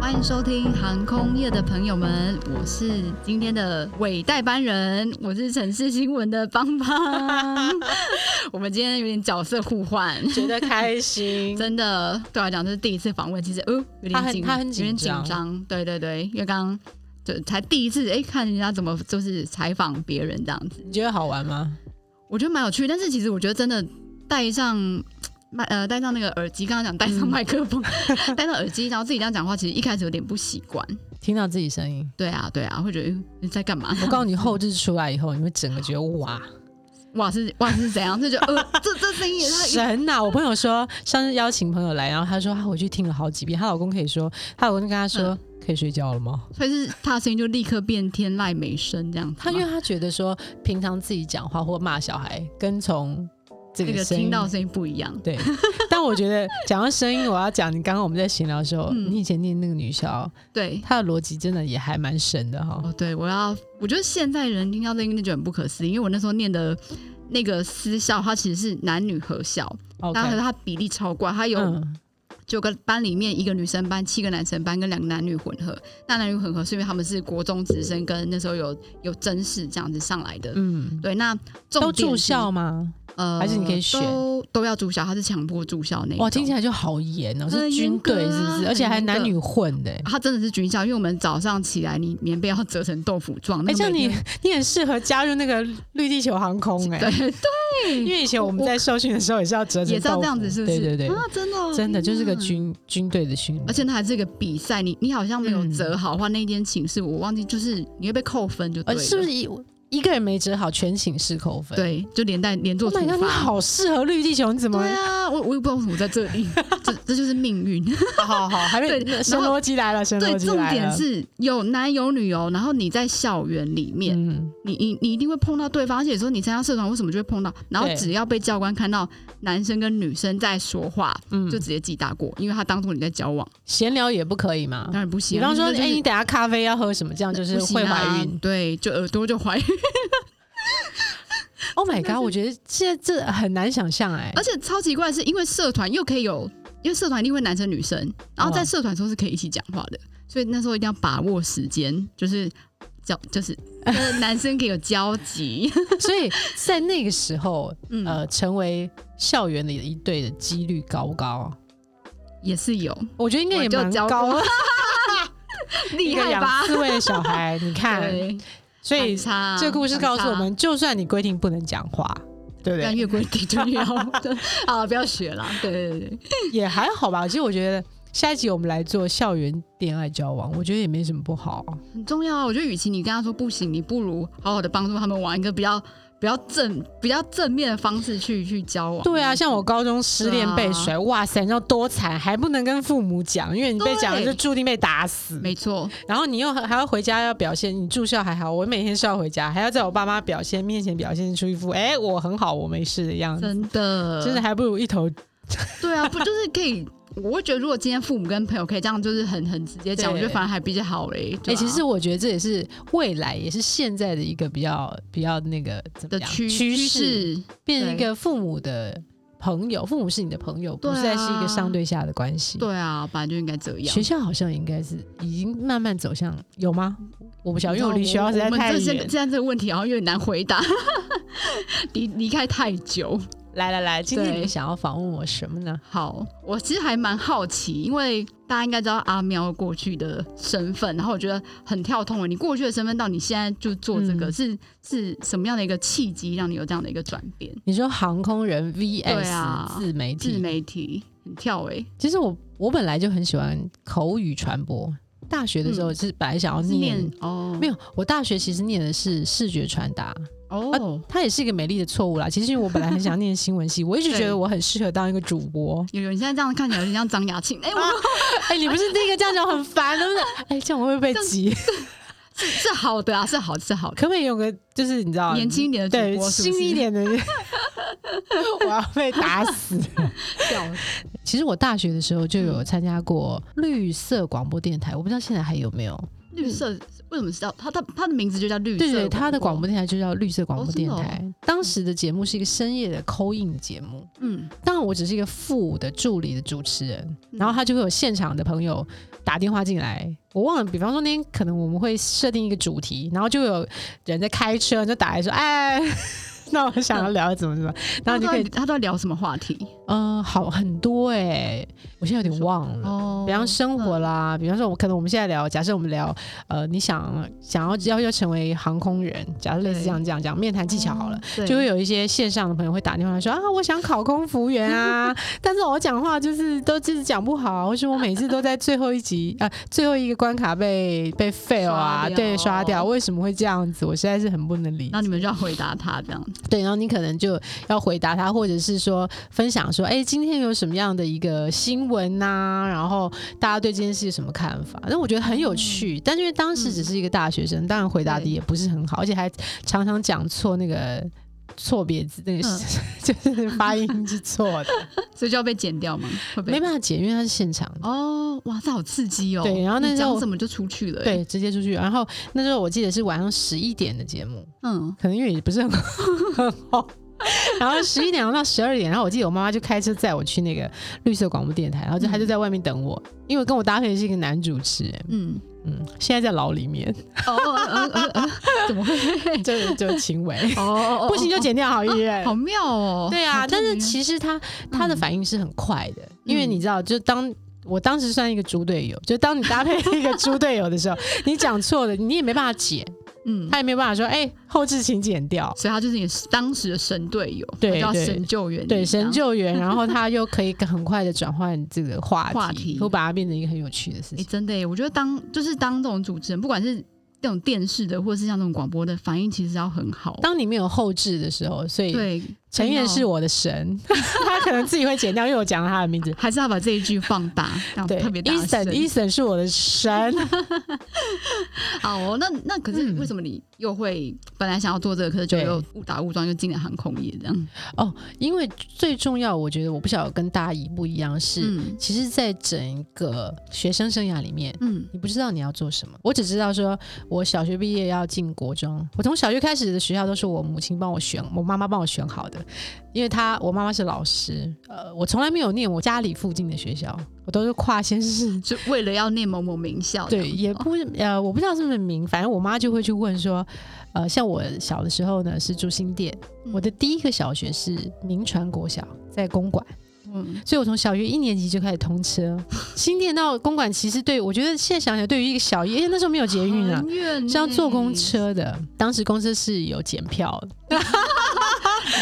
欢迎收听航空业的朋友们，我是今天的伪代班人，我是城市新闻的邦邦。我们今天有点角色互换， 觉得开心。真的对我啊来讲这是第一次访问，其实哦有他点很紧，他很有点紧紧张张。对对对，因为刚刚就才第一次哎、看人家怎么就是采访别人这样子，你觉得好玩吗？我觉得蛮有趣。但是其实我觉得真的戴上。麦呃，戴上那个耳机，刚刚讲戴上麦克风， 戴上耳机，然后自己这样讲话，其实一开始有点不习惯。听到自己声音，对啊，对啊，会觉得嗯你在干嘛？我告诉你，后置出来以后，你会整个觉得哇， 哇是哇是怎样？这就呃， 这这声音也太……神呐、我朋友说，上次邀请朋友来，然后她说她回去听了好几遍，她老公可以说，她老公就跟她说、嗯可以睡觉了吗？所以是他的声音就立刻变天籁美声这样子她吗。因为她觉得说，平常自己讲话或骂小孩，跟从这那个个声音听到声音不一样， 对，但我觉得讲到声音，我要讲你刚刚我们在闲聊的时候，嗯你以前念那个女校，对。她的逻辑真的也还蛮神的哈。哦，对，我要，我觉得现在人听到这个音就觉得很不可思议，因为我那时候念的那个私校，它其实是男女合校， OK，但是它比例超怪，它有嗯九个班里面一个女生班、七个男生班跟两个男女混合。那男女混合是因为他们是国中直升跟那时候有有真试这样子上来的。嗯，对，那重都点住是校吗？呃，还是你可以选都都要住校，他是强迫住校那一种。哇，听起来就好严哦，是很军严格队是不啊是？而且很还严格男女混的欸。他真的是军校，因为我们早上起来，你棉被要折成豆腐状。哎，那像每你 天，你很适合加入那个绿地球航 空 哎，对因为以前我们在受训的时候也是要折成也是要豆这样子，腐是不是？对对对啊，，真的哦、真的就是个天哪。军军队的训练，而且它还是一个比赛，你你好像没有嗯折好的话，那一间寝室我忘记，就是你会被扣分就对呃了，是不是一一个人没折好，全寝室扣分？对，就连带连坐 Oh 处 my god！你罚。好适合绿地球，你怎么对啊，我我也不知道为什么在这 里，这这就是命运。好好好，还对没然神后逻辑来了，神逻对，辑重来点了。是有男有女哦，然后你在校园里面，嗯，你你你一定会碰到对方，而且说你参加社团为什么就会碰到，然后对只要被教官看到男生跟女生在说话，嗯就直接记大过，因为他当做你在交往，闲聊也不可以嘛当。然不行。啊比方说，那就哎，是你等下咖啡要喝什么？这样就是不行会怀啊孕。对，就耳朵就怀孕， Oh my 真的 god！是我觉得现在这很难想象哎而。且超奇怪的是，因为社团又可以有，因为社团一定会男生女生，然后在哦社团的时候是可以一起讲话的，所以那时候一定要把握时间，就是交就是。呃 男生可以有交集，所以在那个时候，嗯，呃，成为校园的一对的几率高不高？也是 有我觉得应该也我就蛮教高的。 厉一个害养吧？四位的小孩，你 看，对，所以反差啊这故事反告诉我差们，就算你规定不能讲话，对不但对？越规定就越好。 对啊，不要学啦。对对对对，也还好吧。其实我觉得下一集我们来做校园恋爱交往，我觉得也没什么不好。很重要啊！我觉得，与其你跟他说不行，你不如好好的帮助他们往一个比较比较正、比较正面的方式去去交往。对啊，像我高中失恋被啊甩，哇塞，你知道多惨，还不能跟父母讲，因为你被讲了对就注定被打死。没错，然后你又还还要回家要表现，你住校还好，我每天是要回家，还要在我爸妈表现面前表现出一副哎、我很好，我没事的样子，真的，真的还不如一头对啊，不就是可以？我会觉得，如果今天父母跟朋友可以这样，就是很很直接讲，对我觉得反而还比较好嘞。哎、对啊其实我觉得这也是未来，也是现在的一个比较比较那个怎么的样趋趋势，势，变成一个父母的朋友，父母是你的朋友，不对啊再是一个上对下的关系。、对啊，本来就应该这样学。校好像应该是已经慢慢走向有吗？我不晓得，因为我离学校实在我们太这现在远现。在这个问题好像有点难回答， 离离开太久。来来来，今天对你想要访问我什么呢？好，我其实还蛮好奇，因为大家应该知道阿喵过去的身份，然后我觉得很跳通了。你过去的身份到你现在就做这个，嗯是是什么样的一个契机让你有这样的一个转变？你说航空人 VS、对啊自媒体，自媒体很跳哎、其实我我本来就很喜欢口语传播。大学的时候是本来想要是念，念哦，没有有，我大学其实念的是视觉传达，哦，它也是一个美丽的错误啦。其实因为我本来很想念新闻系，我 一直觉得我很适合当一个主播。有有，你现在这样看起来有点像张雅 琴哎、我哎、你不是第一个这样讲，很烦， 对不对？哎、这样我会不会被挤？是是好的啊，是好是好的，可不可以用个就是你知道年轻一点的啊对主播是不是新一点的？ 我要被打死。跳其实我大学嗯的时候就有参加过绿色广播电台，我不知道现在还有没有。绿色为什么知道他他他的名字就叫绿色对广播？对，他的广播电台就叫绿色广哦播真电的哦台。当时的节目是一个深夜的扣印节目，嗯，当然我只是一个副的助理的主持人，然后他就会有现场的朋友打电话进来。我忘了，比方说那天可能我们会设定一个主题，然后就有人在开车就打来说：“哎， 那我想要聊怎么怎么。”然他后都你就在可以，他都在聊什么话题？嗯、好很多哎、我现在有点忘了。哦比方生活啦，比方说，我可能我们现在聊，假设我们聊，呃，你想想要要要成为航空人，假设类似对哦这样这样讲面谈技巧好了，，对就会有一些线上的朋友会打电话来说啊，我想考空服员 啊，但是我讲话就是都就是讲不好，啊或是我每次都在最后一集啊、最后一个关卡被被 fail 啊，刷掉哦对，刷掉，为什么会这样子？我实在是很不能理解然后。你们就要回答他这样。对，然后你可能就要回答他，或者是说分享说，哎，今天有什么样的一个新闻呐、然后大家对这件事有什么看法？那我觉得很有趣，但因为当时只是一个大学生，当然回答的嗯对也不是很好，而且还常常讲错那个错别字，那个、嗯 就是发音是 错的，所以就要被剪掉吗？会被没办法解，因为它是现场的。哦，哇，这好刺激哦！对然后那你时候讲什么就出去了、欸，，对，直接出去。然后那时候我记得是晚上十一点的节目，嗯，可能因为也不是很很好。 然后十一点到十二点，然后我记得我妈妈就开车载我去那个绿色广播电台，然后就她就在外面等我，因为跟我搭配的是一个男主持人，嗯，嗯，现在在牢里 面，哦，哦呃呃呃，怎么会？就就秦伟，哦哦哦，不行就剪掉好艺人。好妙哦！对好啊，特但是别其实他他的嗯反应是很快的，因为你知道，就当我当时算一个猪队友，就当你搭配一个猪队友的时候，你讲错了，你也没办法解，嗯，他也没办法说，哎，后置请剪掉。所以他就是你当时的神队友，对他就对要神救援你，对神这样。救援，然 后他又可以很快的转换这个话题，话题会把它变成一个很有趣的事哎、情。真的耶，我觉得当就是当这种主持人，不管是那种电视的，或是像这种广播的，反应其实要很好。当你没有后置的时候，所以对，哦陈燕是我的神， 他可能自己会剪掉，因为我讲了他的 名字。还是要把这一句放大，然后对特别大声。 ，Eason，Eason 是我 的神。好哦，那那可是嗯为什么你又会、本来想要做这个，可是就对又误打误撞又进了航空业这样？因为最重要，我觉得我不晓得跟大家一不一样是，嗯其实，在整个学生生涯里面。嗯你不知道你要做什么，我只知道说，我小学毕业要进国中。我从小学开始的学校都是我母亲帮我选，我妈妈帮我选好的，因为她我妈妈是老师，呃，我从来没有念我家里附近的学校，我都是跨县市。 就为了要念某某名校这样对，子哦，也不呃，我不知道是不是名，反正我妈就会去问说，呃，像我小的时候呢是住新店，嗯我的第一个小学是民传国小，在公馆。嗯所以我从小学一年级就开始通车， 新店到公馆其实对我觉得现在想想，对于一个小一，因为那时候没有捷运啊很，远呢是要坐公，车的。当时公车是有检票的，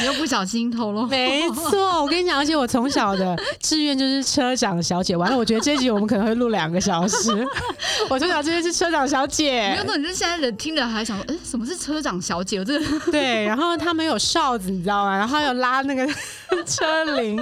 你又不小心透 露，没错。我跟你讲，而且我从小的志愿就是车长小姐。完了，我觉得这一集我们可能会录两个小 时。我从小志愿是车长小没姐有，，那你就现在人听了还想说，哎，什么是车长小姐？我这个 对。然后他们有哨子，你知道吗？然后还有拉那 个车铃。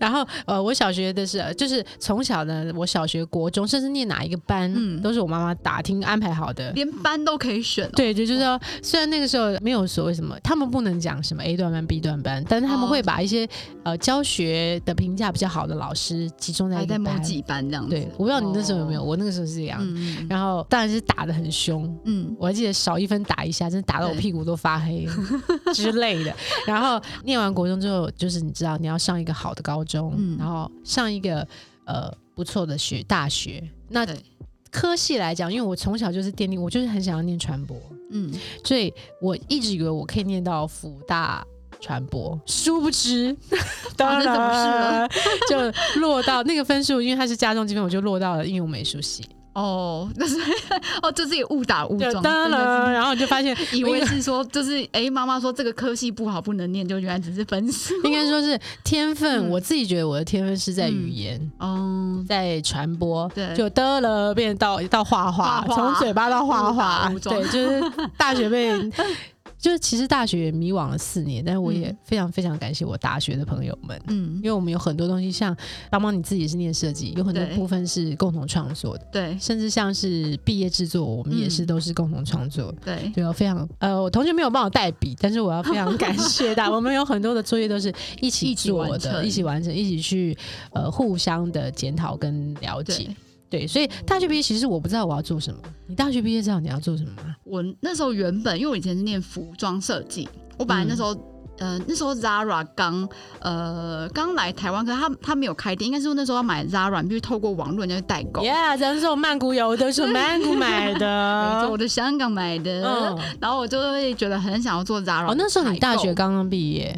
然后呃，我小学的是，就是从小呢，我小学、国中，甚至念哪一个班，嗯都是我妈妈打听安排好的。连班都可以选哦，对，就就是说，虽然那个时候没有所谓什么，他们不能讲什么 A 段班、B 段班，但是他们哦会把一些、呃教学的评价比较好的老师集中在还一在个某班。几班这样子。对，我不知道你那时候有没有，哦？我那个时候是这样。嗯嗯然后当然是打的很凶，嗯，我还记得少一分打一下，真的打到我对屁股都发黑之类的。然后念完国中之后，就是你知道你要上一个好的高中，嗯然后上一个呃不错的学大学。那对科系来讲，因为我从小就是奠定，我就是很想要念传播，嗯，所以我一直以为我可以念到福大传播，殊 不知，发生什么事了然就落到那个分数，因为它是加重积分，我就落到了应用美术系。哦，那是 哦，这自己误打误就撞，当真的然，是然后你就发现，以为是说，就是哎，妈妈说这个科系不好不能念，就原来只是分数。 应该说是天分。嗯我自己觉得我的天分是在语言。哦，在传播，对就得了，变到到画画，画从画嘴巴到画误打画，误撞对，就是大 学被，就是其实大学也迷惘了四年，但是我也嗯非常非常感谢我大学的朋友们，嗯因，为我们有很多东西，像帮帮你自己是念设计，有很多对部分是共同创作的，对甚至像是毕业制作，我们也是嗯都是共同创作。对，对，我非常呃，我同学没有帮我代笔，但是我要 非常感谢大家。我们有很多的作业都是一起一起完做的，成一起完成，一起去呃互相的检讨跟了解对。对，所以大学毕业其实我不知道我要做什么。你大学毕业知道你要做什么吗？我那时候原本因为我以前是念服装设计，我本来那时嗯候、呃那时候 Zara 刚呃刚来台湾，可是他他没有开店，应该是那时候要买 Zara，你必须透过网络人家去代购。 Yeah，咱是我曼谷有的，是曼谷买 没错我的。在香港买的，嗯，然后我就会觉得很想要做 Zara 的采购。哦，那时候你大学刚刚毕业，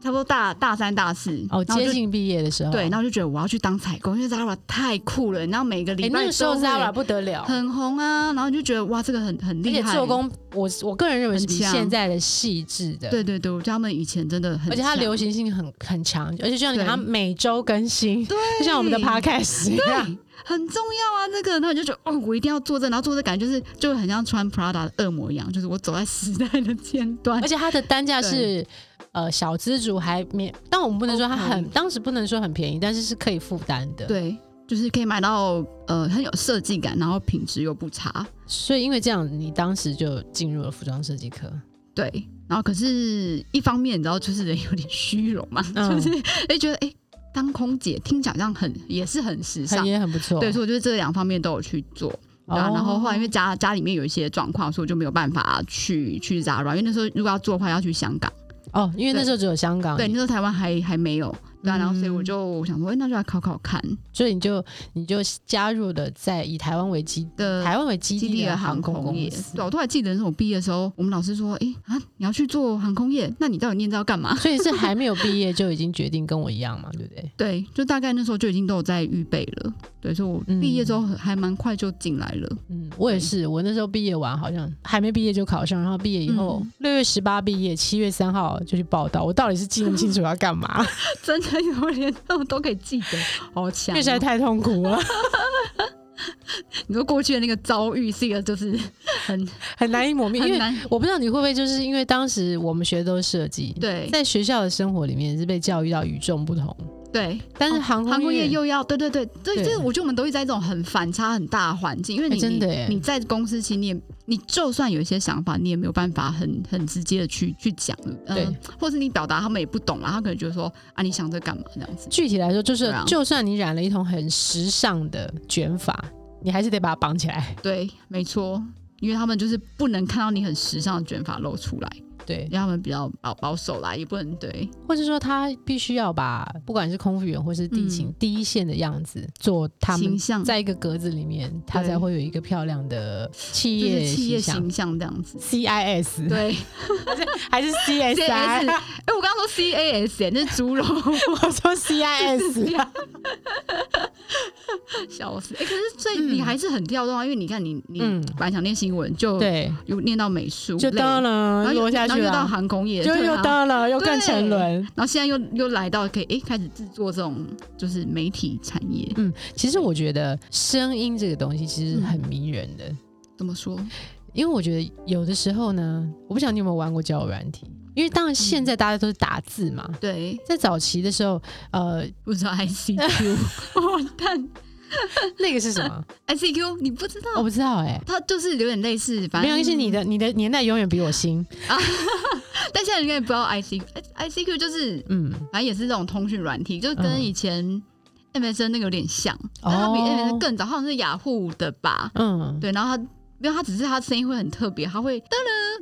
差不多大大三大四，哦，然后接就近毕业的时候，哎对，然后就觉得我要去当采购，因为 Zara 太酷了，然后每个哎，礼拜那个时候都会 Zara 不得了，而很红啊，然后你就觉得哇，这个很很厉且害，做工，我我个人认为是比很强现在的细致的，对对对，我觉得他们以前真的很强，而且它流行性很很强，而且就像你对讲，它每周更新，对，就像我们的 podcast 一样。很重要啊，这个，然后你就觉得哦，我一定要做这，然后做这感觉就是就很像穿 Prada 的恶魔一样，就是我走在时代的尖端而，且它的单价是呃小资主还免，但我们不能说它很 OK 当时不能说很便宜，但是是可以负担的。，哦对，就是可以买到呃很有设计感，然后品质又不差，所以因为这样，你当时就进入了服装设计科。对。然后可是，一方面你知道，就是人有点虚荣嘛，嗯就是哎觉得哎当空姐听起来好像很也是很时很尚，也很不错，哦对，所以我觉得这两方面都有去做。对啊，然后后来因为家家里面有一些状况，所以我就没有办法去去 Zara，因为那时候如果要做的话要去香港，哦，因为那时候只有香港，对，那时候台湾还还没有，对啊，然后所以我哦嗯就想说，哎、那就来考考看所以你就你就加入了在以台湾为基的台湾为基呃基地地的的航航空空公业。司对，，我都还记得那时候我毕业的时候，我们老师说，哎、啊，你要去做航空业，那你到底念这要干嘛？ 所以是还没有毕业就已经决定跟我一样嘛，对不对？对，就大概那时候就已经都有在预备了，对，所以我嗯毕业之后还蛮快就进来 了，嗯，我也是，我那时候毕业完好像还没毕业就考上，然后毕业以后嗯六、月十八毕业，七月三号就去报道。我到底是记那么清楚要 干嘛？真的有连这种都可以记得，好因强哦、为实在太痛 苦了，你说过去的那个遭遇是一个就是很很难以磨灭。因很为难，我不知道你会不会，就是因为当时我们学的都是设计，对在学校的生活里面是被教育到与众不同，对。但是哦航空航空业业又要对对对，对，对这我觉得我们都一直在这种很反差很大的环境，因为你、哎真的耶你你在公司其实你也你就算有一些想法，你也没有办法很很直接的去去讲，嗯、对或是你表达他们也不懂啦，他可能觉得说啊你想这干嘛这样子，具体来说，就是、对啊就算你染了一头很时尚的卷发，你还是得把它绑起来。对，没错，因为他们就是不能看到你很时尚的卷发露出来，对因，为他们比较保保守啦，也不能对或者说他必须要把不管是空服员或是地勤、嗯第一线的样子做他形们。象，在一个格子里面，他才会有一个漂亮的企就业是企业形象形象这样子。 CIS 对， 还是 C S，哎 CSI？、我刚刚说 C A S，、那是猪肉。我 说 CIS，啊笑死！哎、可是所以嗯你还是很跳动啊，因为你看你你嗯本来想念新闻，就对，有念到美术类，就当然了后又落下然后去又到了，航空业，就对又啊当了，又更沉沦。然后现在又又来到可以哎、诶开始制作这种就是媒体产业，嗯，其实我觉得声音这个东西嗯其实很迷人的，怎么说？因为我觉得有的时候呢，我不晓得你有没有玩过交友软体，因为当然现嗯在大家都是打字嘛，对，在早期的时候，呃，不知道 ICQ，完蛋 那个是什么？ ，ICQ 你不知道。 我不知道哎、它就是有点类似，反没正有，因为是你，的你的年代永远比我新。 但现在应该也不知道 I C I C Q，就是嗯，反正也是这种通讯软体，就跟嗯以前 M S N 那个有点像，但它比 M S N 更早，它好像是雅虎的吧？哦嗯，对，然后他没有，他只是他声音会很特别，他会噔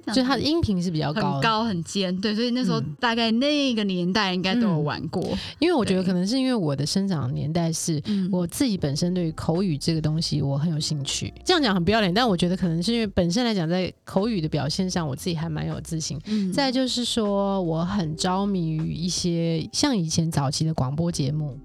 噔，就它的音频是比较很高的，高很尖，对，所以那时候嗯大概那个年代应该都有嗯玩过。因为我觉得对可能是因为我的生长年代是。嗯我自己本身对于口语这个东西我很有兴趣，这样讲很不要脸，但我觉得可能是因为本身来讲，在口语的表现上，我自己还蛮有自信。嗯再就是说，我很着迷于一些像以前早期的广播节目，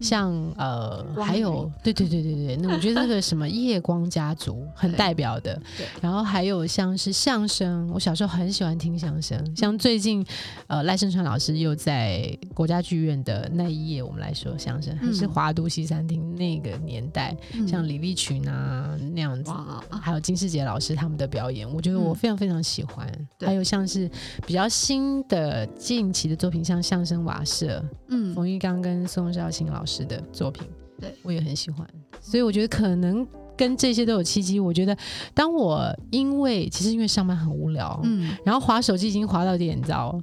像呃，嗯光还有对对对对对，那我觉得那个什 么夜光家族很对代表的对，然后还有像是相声，我小时候很喜欢听相声，嗯像最近呃赖声川老师又在国家剧院的那一夜，我们来说相声，还是嗯华都西餐厅那个年代，嗯像李立群啊那样子。哇，还有金世杰老师他们的表演，我觉得我嗯非常非常喜欢。对还有像是比较新的近期的作品，像相声瓦舍，嗯，冯玉刚跟宋少卿老师的作品，对我也很喜欢。所以我觉得可能跟这些都有契机。我觉得当我因为其实因为上班很无聊，嗯，然后划手机已经划到有点糟。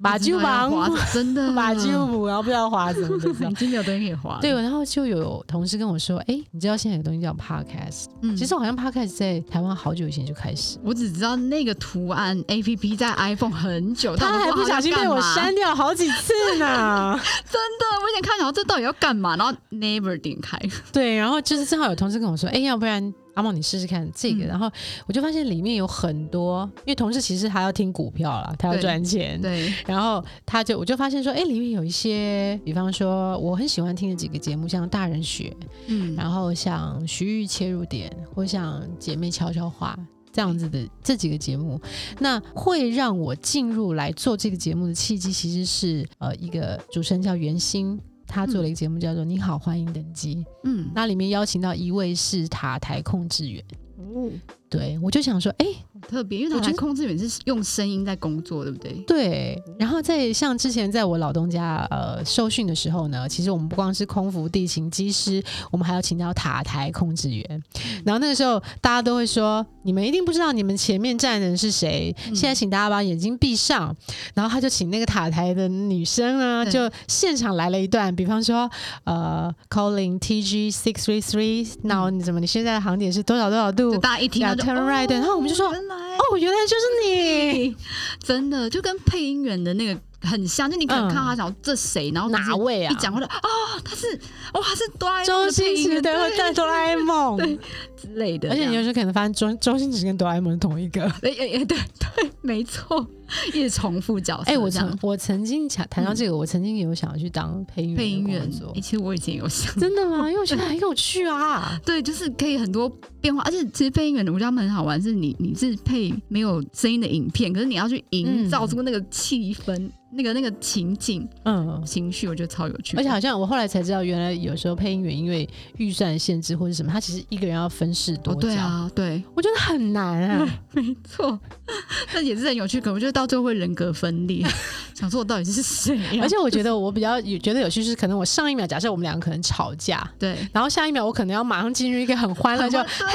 马就就划忙， 走，真的马就嗯 母，然后不知道划什么的这样已经没有东西可以划了。对，然后就有同事跟我说：“哎，你知道现在有东西叫 podcast？、嗯，其实好像 podcast 在台湾好久以前就开始，我只知道那个图案 A P P 在 iPhone 很久，但他还我不知道小它心被要我干嘛删掉好几次呢。” 真的，我以前看，然后这到底要干嘛？然后 Never 点开，对，然后就是正好有同事跟我说，哎、要不然阿茂你试试看这个，嗯然后我就发现里面有很多，因为同事其实他要听股票啦，他要对赚钱。对，然后他就，我就发现说，哎，里面有一些，比方说我很喜欢听的几个节目，像《大人学》，嗯，然后像《徐玉切入点》，或像《姐妹悄悄话》这样子的这几个节目，那会让我进入来做这个节目的契机，其实是呃，一个主持人叫袁心，他做了一个节目叫做《你好，欢迎登机》，嗯，那里面邀请到一位是塔台控制员，哦，对我就想说，哎、好特别，因为我它觉台得控制员是用声音在工作，对不对？对。然后在像之前在我老东家呃受训的时候呢，其实我们不光是空服、地勤、机师，我们还要请到塔台控制员。嗯然后那个时候大家都会说，你们一定不知道你们前面站的人是谁，嗯现在请大家把眼睛闭上。然后他就请那个塔台的女生呢，对就现场来了一段，比方说呃，calling TG six three three，那嗯你怎么你现在的航点是多少多少度？就大家一听到就 Yeah, turn right，哦然后我们就说原来哦，原来就是你。真的就跟配音员的那个很像，就你可能嗯看到他讲这谁，然后哪位啊一讲话就哦，他是哦，他是哆啦 A 梦周的配星音驰员对会带哆啦 A 梦，对之类的，而且你有就时候可能发现周周星驰跟哆啦 A 梦是同一个。哎哎哎，对 对，没错，一直重复角色这哎、样。我曾我曾经想谈到这个，我曾经有想要去当配音员的配音员工作， 哎，其实我以前有想。真的吗？因为我觉得很有趣啊。对，就是可以很多变化，而且其实配音员的我觉得他们很好玩，是你你是配没有声音的影片，可是你要去营造出那个气氛、那个那个情景、嗯，情绪，我觉得超有趣的。而且好像我后来才知道，原来有时候配音员因为预算限制或者什么，他其实一个人要分饰多哦，角、对，啊，对，我觉得很难 啊。没错， 那也是很有趣，可我觉得到最后会人格分 裂，想说我到底是谁啊、而且我觉得我比较有觉得有趣是，可能我上一秒假设我们两个可能吵架，对，然后下一秒我可能要马上进入一个很欢乐，就嘿，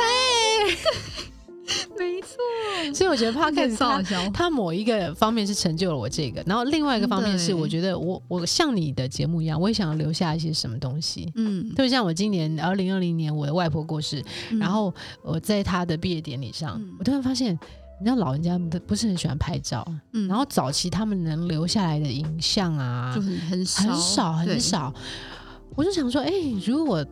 没错，所以我觉得 podcast 它造小他某一个方面是成就了我这个，然后另外一个方面是，真的欸我觉得我我像你的节目一样，我也想要留下一些什么东西。嗯，就像我今年二零二零年我的外婆过世，嗯然后我在她的毕业典礼上，嗯我突然发现，你知道老人家不不是很喜欢拍照，嗯然后早期他们能留下来的影像啊就，很很少很少很对少。我就想说，哎、如果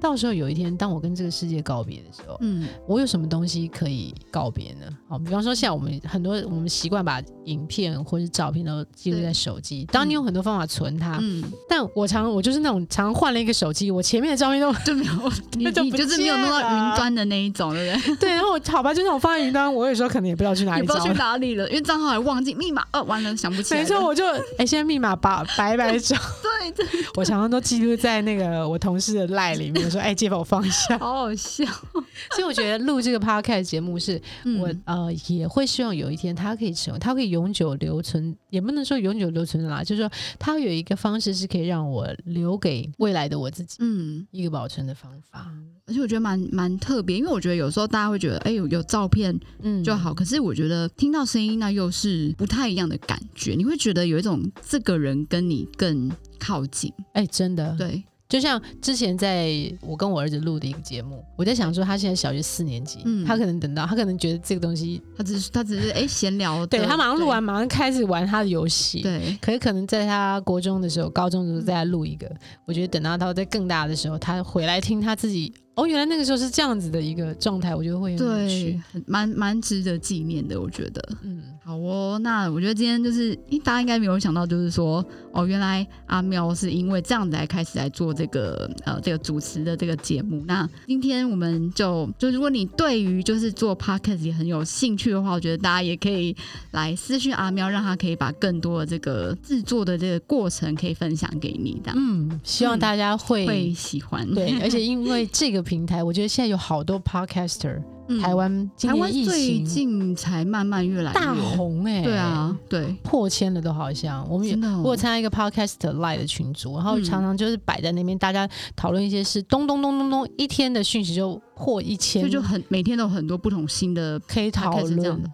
到时候有一天，当我跟这个世界告别的时候，嗯，我有什么东西可以告别呢？好，比方说像我们很多我们习惯把影片或是照片都记录在手机，当你有很多方法存它，嗯，但我常我就是那种常换了一个手机，我前面的照片都 就没有你就你不就是没有见弄到了云端的那一种，对不对，然后我好吧，就那种放在云端，我有时候可能也不知道去哪 对？也里不知找道。去哪里了，因为账号还忘记密码，呃，完了想不起来没了。错，我就哎、现在密码把白白找，对， 真的我常常都记录在那个我同事的赖里面，我说哎、借帮我放一下。好好笑。 所以我觉得录这个 podcast 节目是嗯我呃也会希望有一天它可以成为，它可以永久留存，也不能说永久留存啦，就是说它有一个方式是可以让我留给未来的我自己嗯，一个保存的方法。而且我觉得蛮蛮特别，因为我觉得有时候大家会觉得，哎、有有照片嗯就好，可是我觉得听到声音那又是不太一样的感觉，你会觉得有一种这个人跟你更靠近，哎、真的，，对，就像之前在我跟我儿子录的一个节目，我在想说他现在小学四年级，嗯他可能等到他可能觉得这个东西，他只是他只是哎闲、聊的，对他马上录完，马上开始玩他的游戏，对，。对可是可能在他国中的时候、高中的时候再录一个，我觉得等到他在更大的时候，他回来听他自己，哦，原来那个时候是这样子的一个状态，我觉得会很有对趣。，很蛮蛮值得纪念的，我觉得。嗯，好哦，那我觉得今天就是，诶大家应该没有想到，就是说，哦，原来阿喵是因为这样子来开始来做这个呃这个主持的这个节目。那今天我们就就如果你对于就是做 podcast 也很有兴趣的话，我觉得大家也可以来私讯阿喵，让他可以把更多的这个制作的这个过程可以分享给你，这样、嗯，希望大家会。嗯会喜欢。对，而且因为这个平台，我觉得现在有好多 podcaster，、嗯台湾今台湾年疫最情近才慢慢越来越大红哎、对啊，，对，破千了都好像。我们有真的哦、我有参加一个 podcast live 的群组，然后嗯常常就是摆在那边，大家讨论一些事，咚咚咚咚咚，一天的讯息就破一所千，以就很每天都有很多不同新的可以讨这样论的。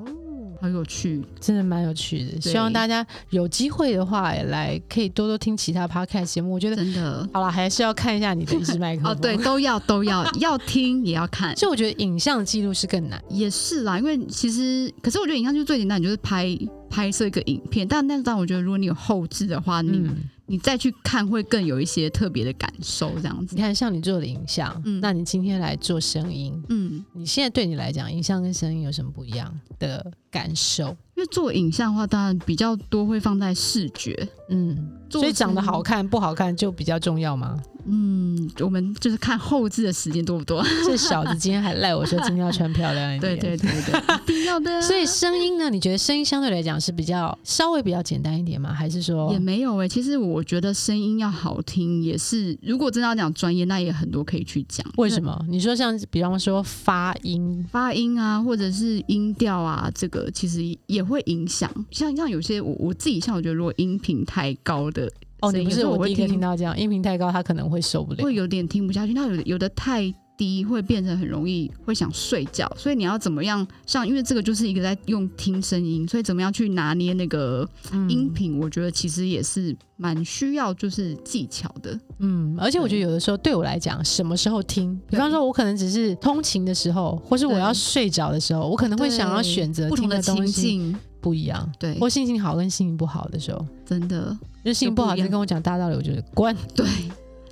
好有趣，真的蛮有趣的。对希望大家有机会的话，也来可以多多听其他 podcast 节目。我觉得真的。好了，还是要看一下你的一支麦克 风。哦，对，，都要都 要，要听也要看，就我觉得影像记录是更难。也是啦，因为其实，可是我觉得影像就是最简单，你就是拍拍摄一个影片，但但但我觉得如果你有后置的话，你、嗯，你再去看会更有一些特别的感受，这样子你。看像你做的影像，嗯那你今天来做声音，嗯，你现在对你来讲，影像跟声音有什么不一样的感受？因为做影像的话，当然比较多会放在视觉，嗯，做所以长得成好看不好看就比较重要吗？ 嗯，我们就是看后置的时间多不多。这小子今天还赖我说今天要穿漂亮一 点。对对对对， 一定要的。所以声音呢？你觉得声音相对来讲是比较稍微比较简单一点吗？还是说也没有哎、其实我觉得声音要好听，也是如果真的要讲专业，那也很多可以去讲。为什？么？你说像比方说发音，发音啊，或者是音调啊，这个其实也会影响。像像有些我我自己像我觉得，如果音频太高的哦，声你音，不有是时候我我会第一个听到这样，音频太高，他可能会受不了。会有点听不下去。那有的有的太低，会变成很容易会想睡觉。所以你要怎么样像，因为这个就是一个在用听声音，所以怎么样去拿捏那个嗯音频，我觉得其实也是蛮需要就是技巧的。嗯，而且我觉得有的时候对我来讲，什么时候听，比对方说我可能只是通勤的时候，或是我对要睡着的时候，我可能会想要对选择不同听的情东西境，不一样，对，或心情好跟心情不好的时候，真的就心情不好就不一就样跟我讲大道理，我就是 关。对。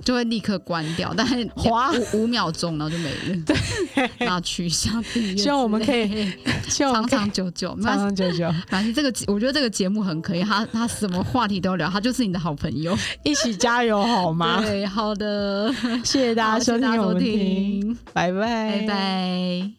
就会立刻关掉，但是滑五五秒钟，然后就没 了。对， 那取消订阅。希望我们可以以希望长 我 们可以长久久。没长关系，长久久反正这个节我觉得这个节目很可以，他他什么话题都聊，他就是你的好朋 友。一起加油好吗？对，好的，谢谢大好家谢收谢听，我们听，哎听，拜拜，拜拜。